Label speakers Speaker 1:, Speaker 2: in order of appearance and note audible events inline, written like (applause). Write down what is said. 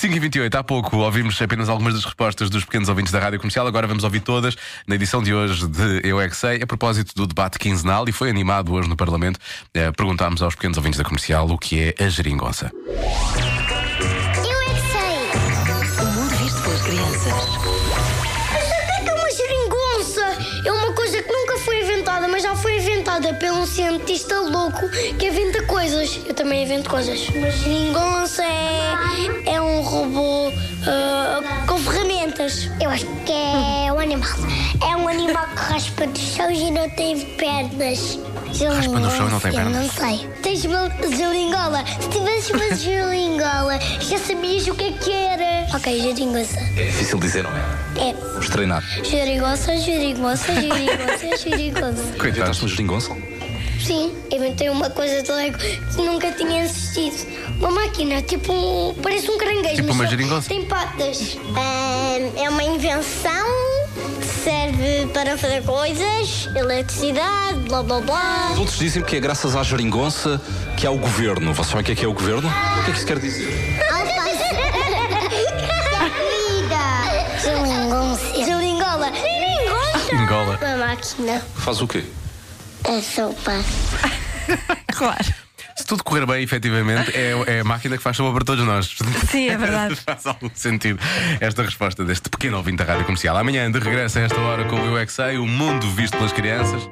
Speaker 1: 5h28, há pouco ouvimos apenas algumas das respostas dos pequenos ouvintes da Rádio Comercial, agora vamos ouvir todas na edição de hoje de Eu é que Sei, a propósito do debate quinzenal e foi animado hoje no Parlamento. Eh, perguntámos aos pequenos ouvintes da Comercial o que é a geringonça.
Speaker 2: Eu é que sei!
Speaker 3: O mundo visto pelas crianças.
Speaker 2: Mas o que é que é uma geringonça? É uma coisa que nunca foi inventada, mas já foi inventada por um cientista louco que inventa coisas. Eu também invento coisas. Uma geringonça é, é um robô ah, com ferramentas. Eu acho que é um animal. É um animal que raspa no chão e não tem pernas.
Speaker 1: Raspa no chão e não tem pernas?
Speaker 2: Não sei. Tens uma geringola. Se tivesses uma (laughs) geringola, já sabias o que é que era. Ok, geringonça.
Speaker 4: É difícil dizer, não é?
Speaker 2: É.
Speaker 4: Vamos treinar.
Speaker 2: Geringonça, geringonça, (laughs) geringonça, geringonça.
Speaker 1: Coitados.
Speaker 4: Inventaste um geringonça?
Speaker 2: Sim, inventei uma coisa de Lego que nunca tinha existido. Uma máquina, tipo um. parece um caranguejo.
Speaker 1: Tipo
Speaker 2: mas
Speaker 1: uma
Speaker 2: só
Speaker 1: geringonça?
Speaker 2: Tem patas. é uma invenção que serve para fazer coisas, eletricidade, blá blá blá.
Speaker 4: Todos dizem que é graças à geringonça que há o governo. Você sabe o que é que é o governo? O que é que isso quer dizer?
Speaker 2: (laughs) Alface. Geringonça. Geringola. Geringonça.
Speaker 1: Engola.
Speaker 2: Uma máquina.
Speaker 4: Faz o quê?
Speaker 2: A sopa.
Speaker 5: Claro.
Speaker 1: Se tudo correr bem, efetivamente, é, é a máquina que faz sopa para todos nós.
Speaker 5: Sim, é verdade.
Speaker 1: (laughs) Faz algum sentido esta resposta deste pequeno ouvinte da Rádio Comercial. Amanhã, de regresso a esta hora com o Eu é que Sei, o mundo visto pelas crianças.